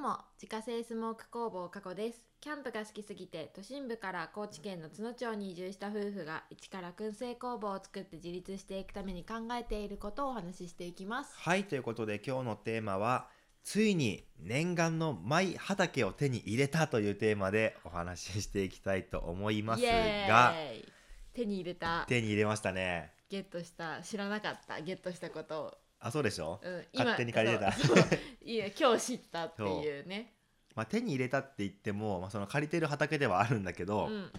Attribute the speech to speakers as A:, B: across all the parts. A: も自家製スモーク工房加古ですキャンプが好きすぎて都心部から高知県の津野町に移住した夫婦が一から燻製工房を作って自立していくために考えていることをお話ししていきます
B: はい、ということで今日のテーマは、ついに念願のマイ畑を手に入れたというテーマでお話ししていきたいと思います
A: イエ
B: が、
A: ーイ手に入れた
B: 手に入れましたね。
A: ゲットした知らなかったゲットしたことを、
B: あ、そうでしょ、
A: うん、
B: 勝手に借りれた
A: そうそうい や今日知ったっていうね
B: まあ、手に入れたって言っても、まあ、その借りてる畑ではあるんだけど、
A: うん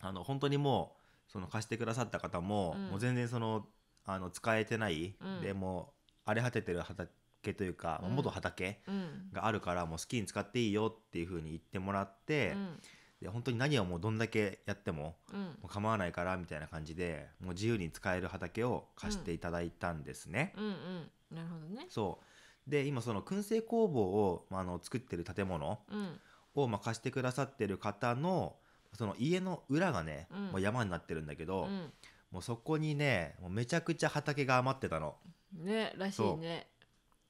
B: あの本当にもうその貸してくださった方も,、
A: うん
B: もう全然そのあの使えてない、
A: うん
B: でもう荒れ果ててる畑というか、まあ
A: うん
B: 元畑
A: うん
B: があるからもう好きに使っていいよっていう風に言ってもらって、
A: うん
B: で本当に何をもうどんだけやっても
A: うん
B: もう構わないからみたいな感じでもう自由に使える畑を貸していただいたんですね。
A: うんうんなるほどね
B: そうで今その燻製工房を、まあ、あの作ってる建物
A: うん
B: を、まあ、貸してくださってる方のその家の裏がね、
A: うん
B: もう山になってるんだけど、
A: うん
B: もうそこにねもうめちゃくちゃ畑が余ってたの。
A: ねらしいね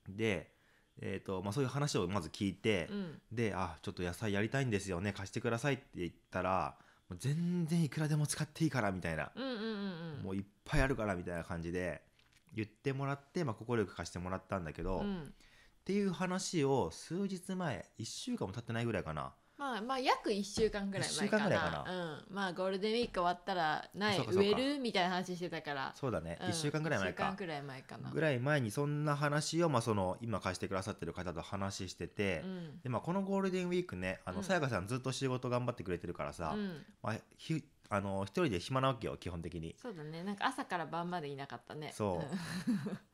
B: で、えーとまあ、そういう話をまず聞いて、
A: うん
B: で「あちょっと野菜やりたいんですよね貸してください」って言ったら「もう全然いくらでも使っていいから」みたいな、
A: うんうんうんうん
B: もういっぱいあるから」みたいな感じで言ってもらって快、まあ、快く貸してもらったんだけど、
A: う
B: っ
A: ん
B: ていう話を数日前1週間も経ってないぐらいかな
A: まあまあ約1週間ぐらい前
B: 一週間
A: か
B: ぐらい
A: な
B: か
A: うん、まあゴールデンウィーク終わったら苗
B: そうかそう
A: 植
B: か
A: えるみたいな話してたから
B: そうだね、
A: うん
B: 1週間ぐらい前
A: 一週
B: か
A: 間ぐらい前かな
B: ぐらい前にそんな話を、まあ、その今貸してくださってる方と話してて、
A: うん
B: でまあ、このゴールデンウィークねあ
A: うん
B: のさやかさんずっと仕事頑張ってくれてるからさ、
A: うん、
B: まあ、ひあの一人で暇なわけよ基本的に
A: そうだねなんか朝から晩までいなかったね
B: そう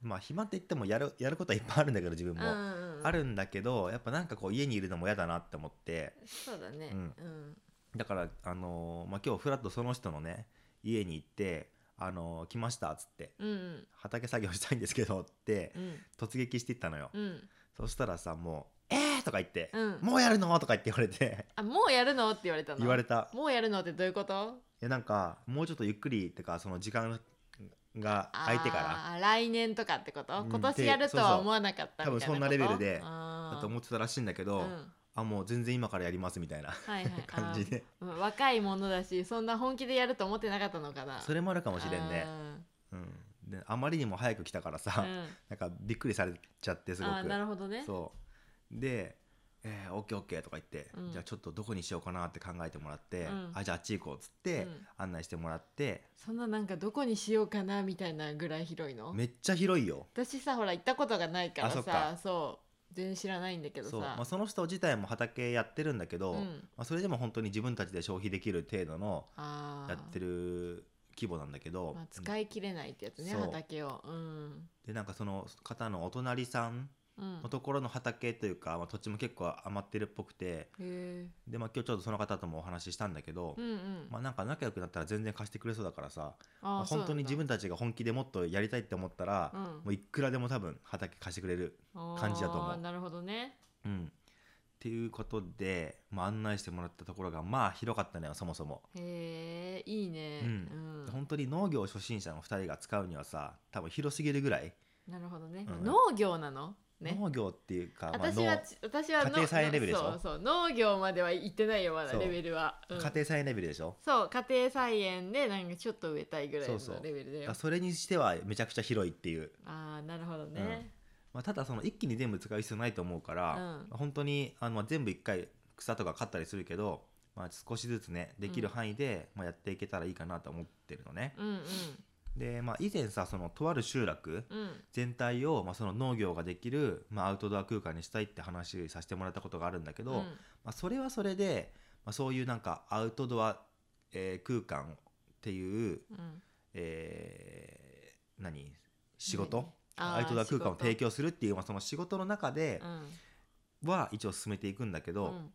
B: まあ暇って言ってもやるやることはいっぱいあるんだけど自分
A: うん、
B: も、
A: うんうん、
B: あるんだけどやっぱなんかこう家にいるのも嫌だなって思って
A: そうだね
B: うん
A: うん
B: だからあのーまあ、今日フラッとその人のね家に行って「あのー来ました」っつって
A: うん
B: 「畑作業したいんですけど」って
A: うん
B: 突撃していったのよ、
A: うん
B: そしたらさもう「えー!」とか言って
A: うん
B: もうやるの?」とか言って言われて
A: あもうやるのって言われたの
B: 言われた
A: もうやるのってどういうこと
B: いやなんかもうちょっとゆっくりってかその時間が空いてから
A: あー来年とかってこと
B: うん
A: 今年やるとは思わなかった
B: で
A: みたいなこと
B: そうそう多分そんなレベルで
A: あー
B: だと思ってたらしいんだけど、
A: うん
B: あもう全然今からやりますみたいな
A: はいはい、
B: 感じで
A: あーうん若いものだしそんな本気でやると思ってなかったのかな
B: それもあるかもしれんね
A: あ
B: うん、であまりにも早く来たからさ、
A: ーうん
B: なんかびっくりされちゃってすごく
A: あーなるほどね
B: そうで「えー、オッケーオッケー」とか言って、
A: うん
B: じゃあちょっとどこにしようかなって考えてもらって「
A: うん
B: あじゃああっち行こう」っつって、
A: うん
B: 案内してもらって
A: そんななんかどこにしようかなみたいなぐらい広いの
B: めっちゃ広いよ
A: 私さほら行ったことがないから
B: あそ
A: さ
B: っか
A: そう全然知らないんだけどさ
B: そう、まあ、その人自体も畑やってるんだけど、
A: うん
B: まあ、それでも本当に自分たちで消費できる程度の
A: あー
B: やってる規模なんだけど、
A: まあ、使い切れないってやつね
B: そう
A: 畑をうん
B: でなんかその方のお隣さん
A: うん
B: のところの畑というか、まあ、土地も結構余ってるっぽくて
A: へえ
B: で、まあ、今日ちょっとその方ともお話ししたんだけど、
A: うんうん
B: まあ、なんか仲良くなったら全然貸してくれそうだからさ、ま
A: あ
B: あ
A: ーそう
B: 本
A: なん
B: 当に自
A: だ
B: 分たちが本気でもっとやりたいって思ったら、もういくらでも多分畑貸してくれる、
A: うん
B: 感じだと思う
A: あーなるほどね
B: うん。っていうことで、まあ、案内してもらったところがまあ広かったのよそもそも。
A: へえいいね
B: う
A: うん、
B: 本当に農業初心者の2人が使うにはさ多分広すぎるぐらい、
A: なるほどね、
B: うん
A: 農業なのね
B: 農業っていうか、まあ、
A: 私はち私は
B: 家庭菜園レベルでし
A: そ
B: ょ
A: うそう農業までは行ってないよまだ
B: そう
A: レベルは、う
B: 農
A: ん
B: 家庭菜園レベルでしょ、
A: そう家庭菜園でなんかちょっと植えたいぐらいの
B: そうそう
A: レベルだ
B: だ
A: よ
B: からそれにしてはめちゃくちゃ広いっていう、
A: ああなるほどね、
B: まあ、ただその一気に全部使う必要ないと思うから、
A: うん
B: 本当にあのまあ全部1回草とか刈ったりするけど、まあ、少しずつねできる範囲で、まあ、やっていけたらいいかなと思ってるのね。
A: うん、うん
B: で、まあ、以前さそのとある集落
A: うん
B: 全体を、まあ、その農業ができる、まあ、アウトドア空間にしたいって話させてもらったことがあるんだけど、
A: うん
B: まあ、それはそれで、まあ、そういうなんかアウトドア、えー空間っていう、
A: うん
B: えー何仕事
A: あー
B: アウトドア空間を提
A: 仕
B: 供するっていう、まあ、その仕事の中で
A: 事うん
B: は一応進めていくんだけど、
A: うん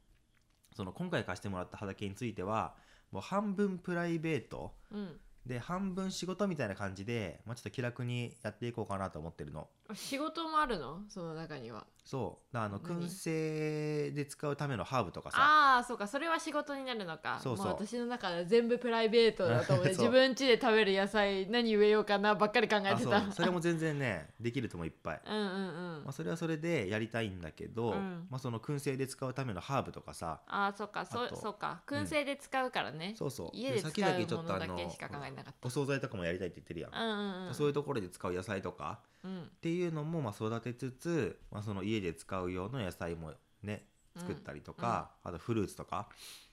B: その今回貸してもらった畑についてはもう半分プライベート
A: うん
B: で半分仕事みたいな感じで、まあ、ちょっと気楽にやっていこうかなと思ってるの。
A: 仕事もあるのその中には
B: そうあの
A: 何
B: 燻製で使うためのハーブとかさ
A: ああーそうかそれは仕事になるのか
B: そうそう
A: もう私の中では全部プライベートだと思って
B: そう
A: 自分家で食べる野菜何植えようかなばっかり考え
B: あ
A: て
B: そ
A: た
B: うそれも全然ねできるともいっぱい、
A: うんうんうん
B: まあ、それはそれでやりたいんだけど、
A: うん
B: まあ、その燻製で使うためのハーブとかさ
A: ああそうかそ
B: あと
A: そうか
B: うん
A: 燻製で使うからね、
B: そうそう
A: 家で使う
B: 先々ちょっと
A: もの
B: あ
A: だ
B: の
A: けしか考えなかった
B: お惣菜とかもやりたいって言ってるやん
A: うんうんうん
B: そういうところで使う野菜とか
A: うん
B: っていうのもまあ育てつつ、まあ、その家で使う用の野菜もね
A: うん
B: 作ったりとか、あとフルーツとか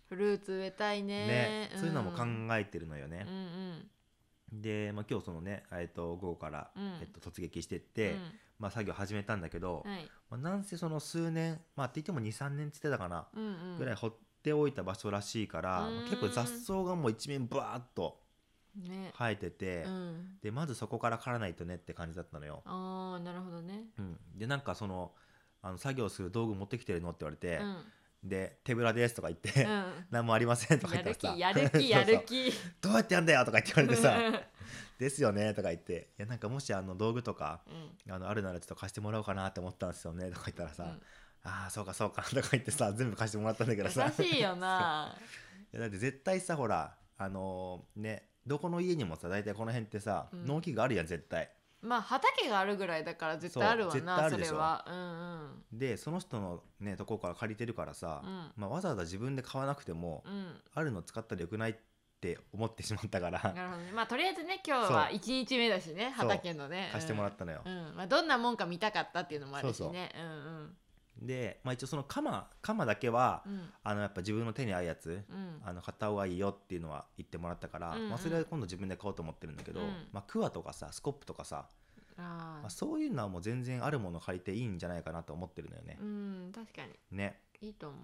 A: フルーツ植えたいね
B: ね、そういうのも考
A: ん
B: えてるのよね
A: うん、うん
B: で、まあ、今日そのね、えっと午後から、
A: うん
B: えっと突撃してって、まあ、作業始めたんだけど、
A: うんはい
B: まあ、なんせその数年まあって言っても23年って言ってたかな、
A: うんうん、
B: ぐらい放っておいた場所らしいから、
A: うん
B: まあ結構雑草がもう一面バーッと
A: ね、
B: 生えてて、
A: うん、
B: でまずそこから刈らないとねって感じだったのよ、
A: ああなるほどね、
B: うん、でなんかそのあの作業する道具持ってきてるのって言われて
A: うん、
B: 「で手ぶらです」とか言って「
A: うん
B: 何もありません」とか言
A: や
B: ったら
A: る
B: さ
A: 気やる 気や
B: そう
A: る
B: そう
A: 気
B: どうやってやんだよ」とか言って言われてさ
A: う
B: ですよねとか言って「いやなんかもしあの道具とか
A: ん
B: あのあるならちょっと貸してもらおうかなって思ったんですよね」とか言ったらさ
A: う
B: 「
A: ん
B: ああそうかそうか」とか言ってさ 全部貸してもらったんだけどさ
A: 優しいよ な
B: いやだって絶対さほらあのーねどこの家にもさ大体この辺ってさ、
A: うん
B: 農機具あるやん絶対
A: まあ畑があるぐらいだから絶対あるわ
B: そう絶対
A: な
B: あ
A: そ
B: るで
A: れ
B: しょ
A: はうん
B: でその人のねとこから借りてるからさ、
A: うん
B: まあ、わざわざ自分で買わなくても、
A: うんうん
B: あるの使ったらよくないって思ってしまったから
A: なるほどねまあとりあえずね今日は
B: そう
A: 一日目だしね
B: そう
A: 畑のね
B: 貸してもらったたのよ
A: う、んまあどんなもんか見たかったっていうのもあるし
B: そうそう
A: ねうん
B: で、まあ、一応その鎌鎌だけは、
A: うんうん
B: あのやっぱ自分の手に合うやつ、
A: うん
B: あの買った方がいいよっていうのは言ってもらったから、
A: うんうん
B: まあ、それは今度自分で買おうと思ってるんだけど、
A: うん
B: まあ、クワとかさスコップとかさ、
A: あ
B: まあ、
A: ー
B: そういうのはもう全然あるもの借りていいんじゃないかなと思ってるのよね
A: う。ん確かに
B: ね
A: いいと思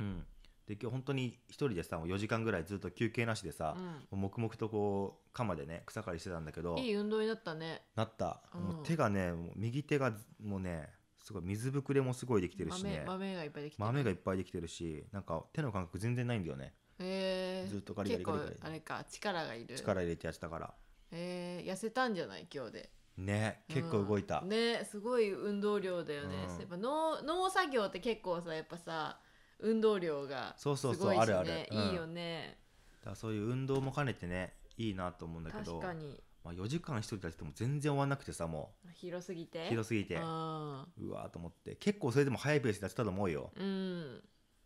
B: うん、で今日本当に一人でさもう4時間ぐらいずっと休憩なしでさ
A: う、うん
B: 黙々とこう鎌でね草刈りしてたんだけど
A: いい運動になったね
B: なった、
A: うん
B: もう手がねもう右手がもうねすごい水ぶくれもすごいできてるし
A: 豆
B: ね
A: 豆がいっぱいできてる
B: 豆がいっぱいできてるしなんか手の感覚全然ないんだよね
A: へえ
B: ずっとガリガリガリガリ
A: 結構あれか力がいる
B: 力入れてやってたから
A: えー、痩せたんじゃない今日で
B: ね結構動いた、
A: うんねすごい運動量だよね、
B: うん
A: やっぱ農農作業って結構さやっぱさ運動量がすご
B: そう
A: いし、ね、
B: そうそうあるあるうん
A: いいよね、
B: だからそういう運動も兼ねてねいいなと思うんだけ
A: 確
B: ど
A: か、に
B: まあ、4時間一人でやってても全然終わんなくてさも
A: 広すぎて
B: う広すぎて
A: うん
B: うわーと思って結構それでも早いペースでやってたと思うよ、
A: うん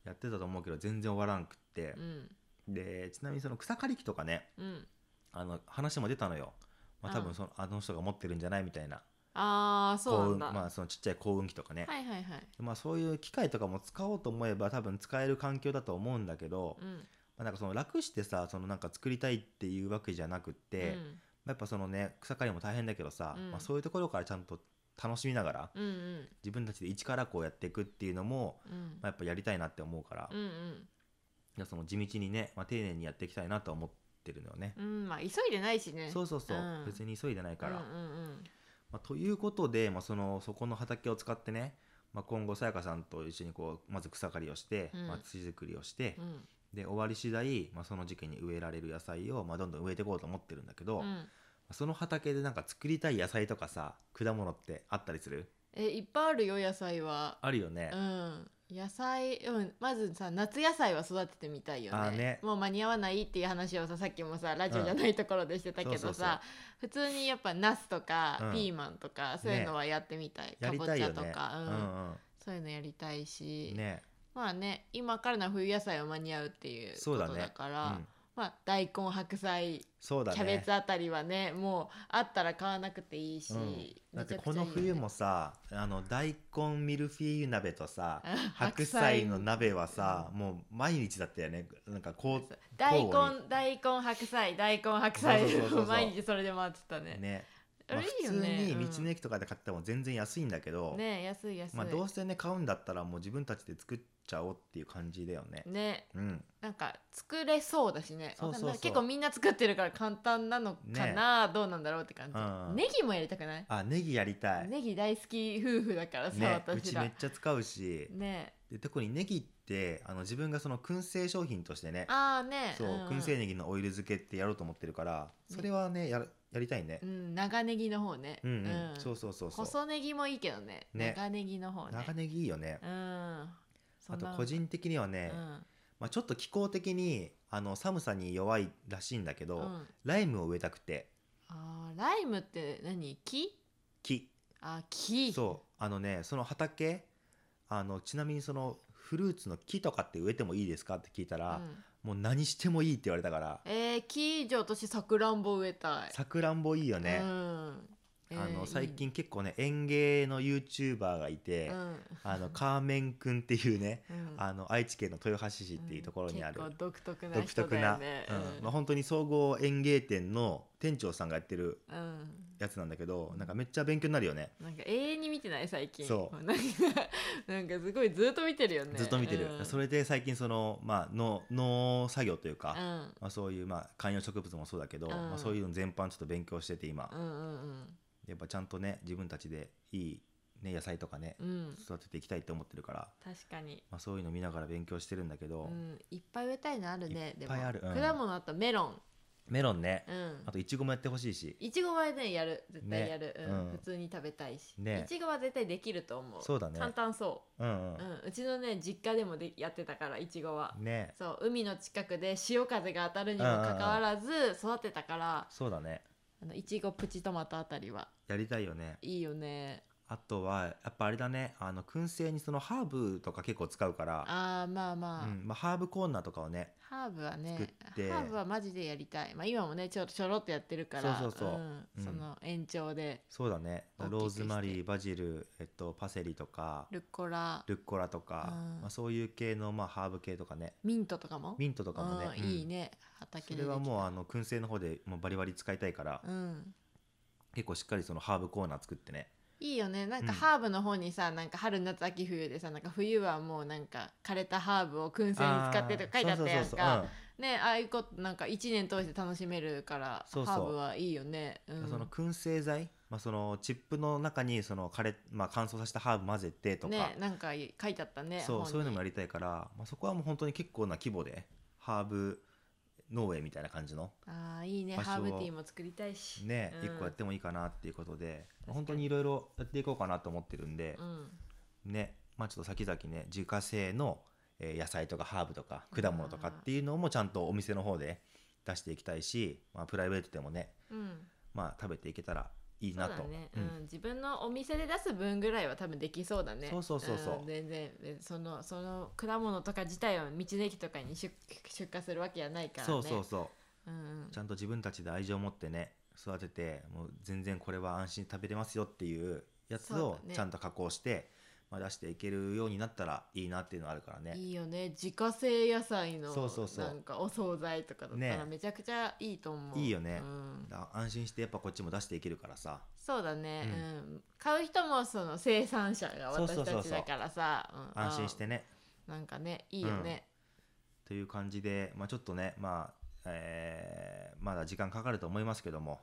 B: やってたと思うけど全然終わらんくって
A: う、ん
B: でちなみにその草刈り機とかね
A: うん
B: あの話も出たのよ、まあ、
A: うん
B: 多分そのあの人が持ってるんじゃないみたいな
A: ああそうなんだ、
B: 幸運まあそのちっちゃい幸運機とかね、
A: はいはいはい
B: まあ、そういう機械とかも使おうと思えば多分使える環境だと思うんだけど、
A: う
B: ま
A: ん
B: あ、なんかその楽してさそのなんか作りたいっていうわけじゃなくって、
A: うん
B: やっぱそのね草刈りも大変だけどさ、
A: うん
B: まあ、そういうところからちゃんと楽しみながら
A: うんうん
B: 自分たちで一からこうやっていくっていうのも、
A: うん
B: まあ、やっぱやりたいなって思うから
A: う、んうん
B: いやその地道にね、まあ、丁寧にやっていきたいなとは思ってるのよね。
A: うんまあ急いでないしね
B: そうそうそう、
A: うん
B: 別に急いでないから。
A: うんうん
B: まあ、ということで、まあ、そのそこの畑を使ってね、まあ、今後さやかさんと一緒にこうまず草刈りをして、
A: うん
B: まあ、土作りをして、
A: うんうん
B: で終わり次第、まあ、その時期に植えられる野菜を、まあ、どんどん植えていこうと思ってるんだけど、
A: う
B: ま
A: ん
B: あその畑でなんか作りたい野菜とかさ果物ってあったりする
A: えいっぱいあるよ野菜は
B: あるよね。
A: うん野菜、うん、まずさ夏野菜は育ててみたいよ
B: あ
A: ね
B: ーね
A: もう間に合わないっていう話をささっきもさラジオじゃないところでしてたけどさ、
B: そうそうそう
A: 普通にやっぱナスとか、
B: うん
A: ピーマンとかそういうのはやってみたい、
B: や
A: か
B: り
A: ぼ
B: たい
A: ち
B: よ
A: ゃと
B: ね。
A: か、うん
B: うん
A: そういうのやりたいうし、
B: ん、ね、
A: まあね今からの冬野菜は間に合うっていう
B: そ
A: こ
B: うだね
A: とだか
B: う
A: ら
B: ん、
A: まあ大根白菜
B: そうだ
A: キ
B: ね
A: ャベツあたりはねもうあったら買わなくていいし、
B: うん、だって
A: めちゃくちゃ
B: こ
A: いいよ
B: の
A: ね
B: 冬 もさあの大根ミルフィーユ鍋とさ
A: うん
B: 白菜の鍋はさ、もう毎日だったよねなんかこう
A: 大
B: 交互
A: 根大根白菜大根白菜
B: そうそうそうそう
A: 毎日それで回ってたねねあ
B: ね、まあ
A: れいい
B: 普
A: よ
B: 通
A: ね
B: に道の駅とかで買っても全然安いんだけど、
A: 安い安い、
B: まあ、どうせね買うんだったらもう自分たちで作っちゃおうっていう感じだよね。
A: ね
B: うん、
A: なんか作れそうだしね
B: そうそうそう
A: わかんない結構みんな作ってるから簡単なのかな、どうなんだろうって感じ、
B: うん
A: ネギもやりたくない、
B: あネギやりたい、
A: ネギ大好き夫婦だからさ、
B: ね、う
A: 私
B: ちめ
A: ら
B: っちゃ使うし、
A: ね
B: で特にネギってあの自分がその燻製商品としてね
A: ああね
B: そう、
A: んん
B: 燻製ネギのオイル漬けってやろうと思ってるからそれはねやるやりたいね
A: う。ん、長ネギの方ね。
B: うんうん、そうそうそうそう。
A: 細ネギもいいけどね。
B: ね
A: 長ネギの方ね。
B: 長ネギいいよね。
A: うん。あ
B: あと個人的にはね、まあ、ちょっと気候的にあの寒さに弱いらしいんだけ
A: うん。
B: ど、
A: うん、
B: ライムを植えたくて
A: あーライムって何木
B: 木
A: あ、木。
B: そうあのねその畑あのちなみにそのフルーツの木とかって植えてもいいですかって聞いた
A: う
B: ら、
A: ん
B: もう何してもいいって言われたから
A: えー、木以上私さくらんぼ植えたい。
B: さくらんぼいいよね、
A: うん。えー
B: あの最。
A: い
B: 近結構ね園芸の YouTuber がい
A: い
B: て、
A: うん。
B: あのカーメンくんっていうね
A: うん
B: あの愛知県の豊橋市っていうところにある、
A: うん結構独特な
B: 独
A: 人
B: 特
A: だ
B: な、
A: よね。
B: うんまあ、本当に総合園芸店の店長さんがやってる
A: うん。
B: やつなんだけどなんかめっちゃ勉強になるよね
A: なんか永遠に見てない最近
B: そう
A: なんかなんかすごいずっと見てるよね
B: ずっと見てる、
A: うん、
B: それで最近その、まあ、農農作業というか、
A: うん
B: まあ、そういう、まあ、観葉植物もそうだけど、
A: うん
B: まあ、そういうの全般ちょっと勉強してて今、
A: うんうん
B: やっぱちゃんとね自分たちでいい、ね、野菜とかね
A: うんうん
B: 育てていきたいって思ってるから、
A: 確かに、
B: まあ、そういうの見ながら勉強してるんだけ
A: う
B: ど、
A: ん、いっぱい植えたいのあるね
B: いっぱいある
A: でも、
B: うん
A: 果物あとメロン
B: メロンね、
A: うん
B: あといちごもやってほしいし、
A: いちごはねやる絶対
B: ね
A: やる、う
B: うん
A: ん、普通に食べたいし、
B: ね
A: いちごは絶対できると思う
B: そうだね
A: 簡単そ
B: うん
A: う、うん、うちのね実家でもでやってたからいちごは
B: うん、ね
A: そう海の近くで潮風が当たるにもかかわらず育てたから
B: そうだね
A: あのいちごプチトマトあたりは
B: やりたいよね
A: いいよね
B: あとはやっぱあれだねあの燻製にそのハーブとか結構使うから、
A: あーまあ
B: う
A: まあ、
B: んまあ、ハーブコーナーとかをね
A: ハーブはね
B: 作って
A: ハーブはマジでやりたい、まあ、今もねちょちょろっとやってるから
B: そうそうそうんうん
A: その延長で
B: そうだね
A: 大きく
B: ローズマリーバジル、えっと、パセリとか
A: ルッコラ
B: ルッコラとか、
A: うん
B: まあ、そういう系の、まあ、ハーブ系とかね
A: ミントとかも
B: ミントとかもね、
A: うん、いい
B: ね
A: ね畑
B: そ
A: で
B: れ
A: できた
B: はもうあの燻製の方でもうバリバリ使いたいから、
A: うん
B: 結構しっかりそのハーブコーナー作ってね
A: いいよねなんか
B: うん
A: ハーブの方にさ、なんか春夏秋冬でさなんか冬はもうなんか枯れたハーブを燻製に使ってとか書いてあったやん
B: あーそうそうそうそう
A: かねああいうことなんか一年通して楽しめるから
B: そうそう
A: ハーブはいいよね、う
B: うん
A: ん、
B: その燻製剤、まあ、そのチップの中にその枯れ、まあ、乾燥させたハーブ混ぜてとか、
A: ねなんか書いてあったね
B: そうそういうのもや
A: り
B: りたいから、まあ、そこはもう本当に結構な規模でハーブ農園みたいな感じの
A: あーいいね
B: 場所を
A: ハーブティーも作りたいし
B: ね、
A: うん
B: 一個やってもいいかなっていうことで、
A: かに
B: 本当にいろいろやっていこうかなと思ってるんで
A: う、ん
B: ね、まあ、ちょっと先々ね自家製のえー野菜とかハーブとか果物とかっていうのもちゃんとお店の方で出していきたいし、まあ、プライベートでもね、
A: うん
B: まあ、食べていけたらいい
A: そう
B: な
A: だ
B: と。
A: ね、
B: う
A: うんん、自分のお店で出す分ぐらいは多分できそうだね
B: そうそうそうそうん
A: 全然えそのその果物とか自体は道の駅とかに出出荷するわけじゃないからね
B: そうそうそう
A: うんうん
B: ちゃんと自分たちで愛情を持ってね育ててもう全然これは安心に食べれますよっていうやつ
A: そう
B: を
A: だね
B: ちゃんと加工して、まあ、出していけるようになったらいいなっていうのはあるからね
A: いいよね自家製野菜の
B: そうそうそう
A: なんかお惣菜とかだったら
B: ね
A: めちゃくちゃいいと思う、
B: いいよね
A: うん、
B: だ安心してやっぱこっちも出していけるからさ
A: そうだね、
B: う
A: うんん買う人もその生産者が
B: そうそ
A: 私
B: うそうそ
A: た
B: う
A: ちだからさうん
B: 安心してね
A: なんかねいいよね、
B: という感じで、まあ、ちょっとね、まあえーまだ時間かかると思いますけども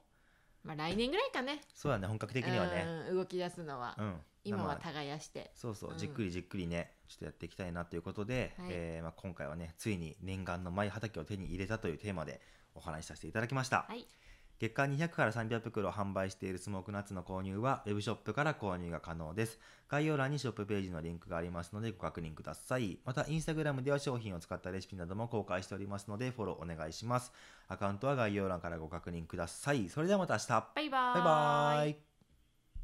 A: まあ来年ぐらいかね
B: そうだね本格的にはね、
A: うん動き出すのは、
B: うん
A: 今は
B: 生
A: 耕して
B: そうそう、
A: うん
B: じっくりじっくりねちょっとやっていきたいなということで、
A: はい
B: えーまあ、今回はねついに念願の舞畑を手に入れたというテーマでお話しさせていただきました、
A: はい
B: 月間200から300袋販売しているスモークナッツの購入はウェブショップから購入が可能です概要欄にショップページのリンクがありますのでご確認くださいまたインスタグラムでは商品を使ったレシピなども公開しておりますのでフォローお願いしますアカウントは概要欄からご確認くださいそれではまた明日
A: バイバー
B: バイバーイ